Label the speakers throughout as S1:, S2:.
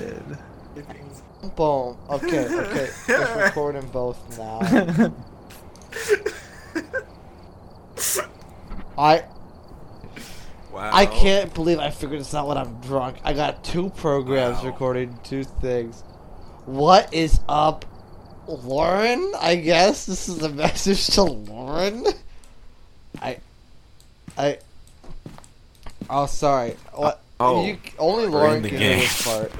S1: Oh, things.
S2: Boom. Okay, okay. Just recording both now. I
S1: wow.
S2: I can't believe I figured this out when I'm drunk. I got two programs
S1: Wow.
S2: recording two things. What is up, Lauren? I guess this is a message to Lauren. I, I. Oh, sorry. What?
S1: Oh.
S2: you, only
S1: in
S2: Lauren
S1: the
S2: can
S1: game.
S2: do this part.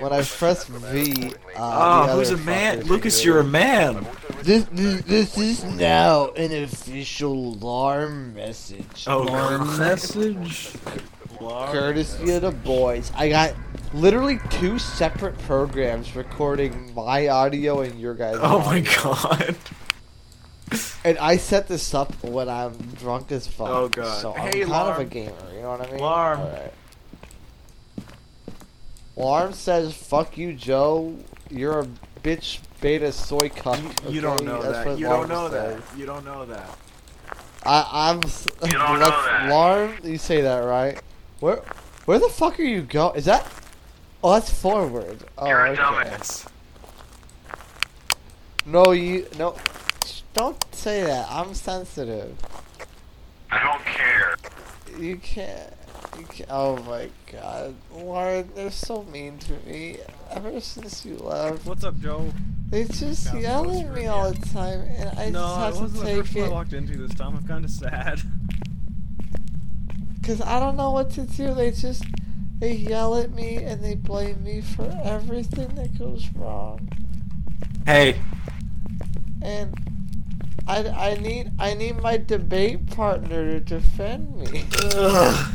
S2: When I press V, uh,
S1: Ah,
S2: the
S1: who's a
S2: other
S1: man?
S2: fuckers
S1: Lucas,
S2: can do
S1: you're a
S2: it.
S1: man.
S2: This, this this is now an official alarm message.
S1: Oh,
S3: Alarm
S1: God.
S3: message.
S2: courtesy of the boys. I got literally two separate programs recording my audio and your guys'
S1: Oh my
S2: audio.
S1: god.
S2: And I set this up when I'm drunk as fuck.
S1: Oh, God.
S2: So I'm
S1: Hey,
S2: kind of a
S1: Larm.
S2: gamer, you know what I mean?
S1: Larm.
S2: Alright. Larm says, fuck you, Joe. You're a bitch beta soy cuck.
S1: You, you don't
S2: okay?
S1: know
S2: That's
S1: that.
S2: what
S1: You don't
S2: Larm
S1: know
S2: says.
S1: that. You don't know that.
S2: I, I'm. You
S4: don't know that.
S2: Larm, you say that right? Where, where the fuck are you go? Is that? Oh, that's forward. Oh,
S4: You're a
S2: okay.
S4: dumbass.
S2: No, you no. Shh, Don't say that. I'm sensitive.
S4: I don't care.
S2: You can't. You can't oh my god, Lauren, they're so mean to me. Ever since you left,
S5: What's up, Joe?
S2: they Um, just
S5: Found
S2: yell
S5: those
S2: at
S5: for
S2: me
S5: you.
S2: all the time, and
S5: no,
S2: I
S5: it
S2: just have to
S5: wasn't the first
S2: take
S5: one I
S2: it
S5: walked into this time. I'm kind of sad.
S2: because I don't know what to do. They just they yell at me and they blame me for everything that goes wrong.
S1: Hey,
S2: and I, I need I need my debate partner to defend me
S1: Oh,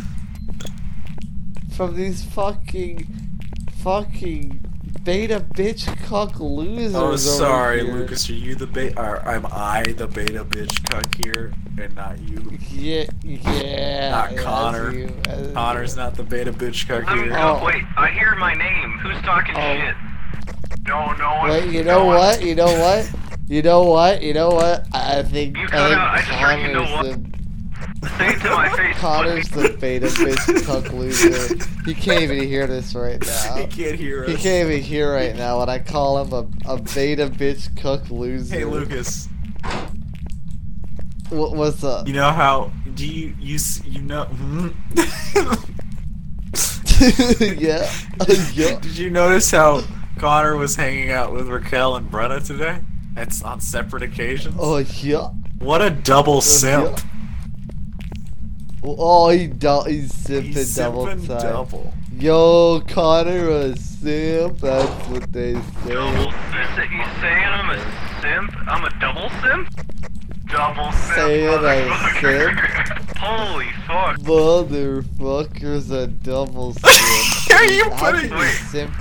S2: from these fucking fucking beta bitch cuck losers.
S1: Oh,
S2: over
S1: sorry,
S2: here.
S1: Lucas. Are you the beta? Or am I the beta bitch cuck here, and not you?
S2: Yeah, yeah.
S1: Not
S2: yeah, that's
S1: Connor.
S2: you, that's
S1: Connor's
S2: you.
S1: not the beta bitch cuck
S4: I'm,
S1: here.
S2: Oh.
S4: oh. Wait, I hear my name. Who's talking
S2: Oh.
S4: shit? No, no one.
S2: Wait, you
S4: no
S2: know
S4: one-
S2: what? You know what? You know what? You know what? I I think
S4: You cut out.
S2: I
S4: I
S2: think
S4: just heard you know
S2: Connor's the
S4: Say it to my face.
S2: Connor's
S4: pussy.
S2: the beta bitch cuck loser. He can't even hear this right now.
S1: he can't hear us.
S2: He can't even hear right now when I call him a, a beta bitch cook loser.
S1: Hey, Lucas.
S2: What, what's up?
S1: You know how? Do you you s- you know? Hmm?
S2: yeah. Uh, yeah.
S1: Did you notice how Connor was hanging out with Raquel and Brenna today? That's on separate occasions.
S2: Oh, yeah.
S1: What a double simp!
S2: Oh, he, do- he's simping
S1: He's
S2: double
S1: simping
S2: time.
S1: double.
S2: Yo, Connor, a simp. That's what they
S4: Double
S2: say.
S4: simp. You saying I'm a simp? I'm a double simp? Double simp.
S2: Saying I'm a
S4: motherfucker. Holy fuck.
S2: Motherfucker's a double simp.
S1: Are you
S2: How
S1: putting-
S2: can you simp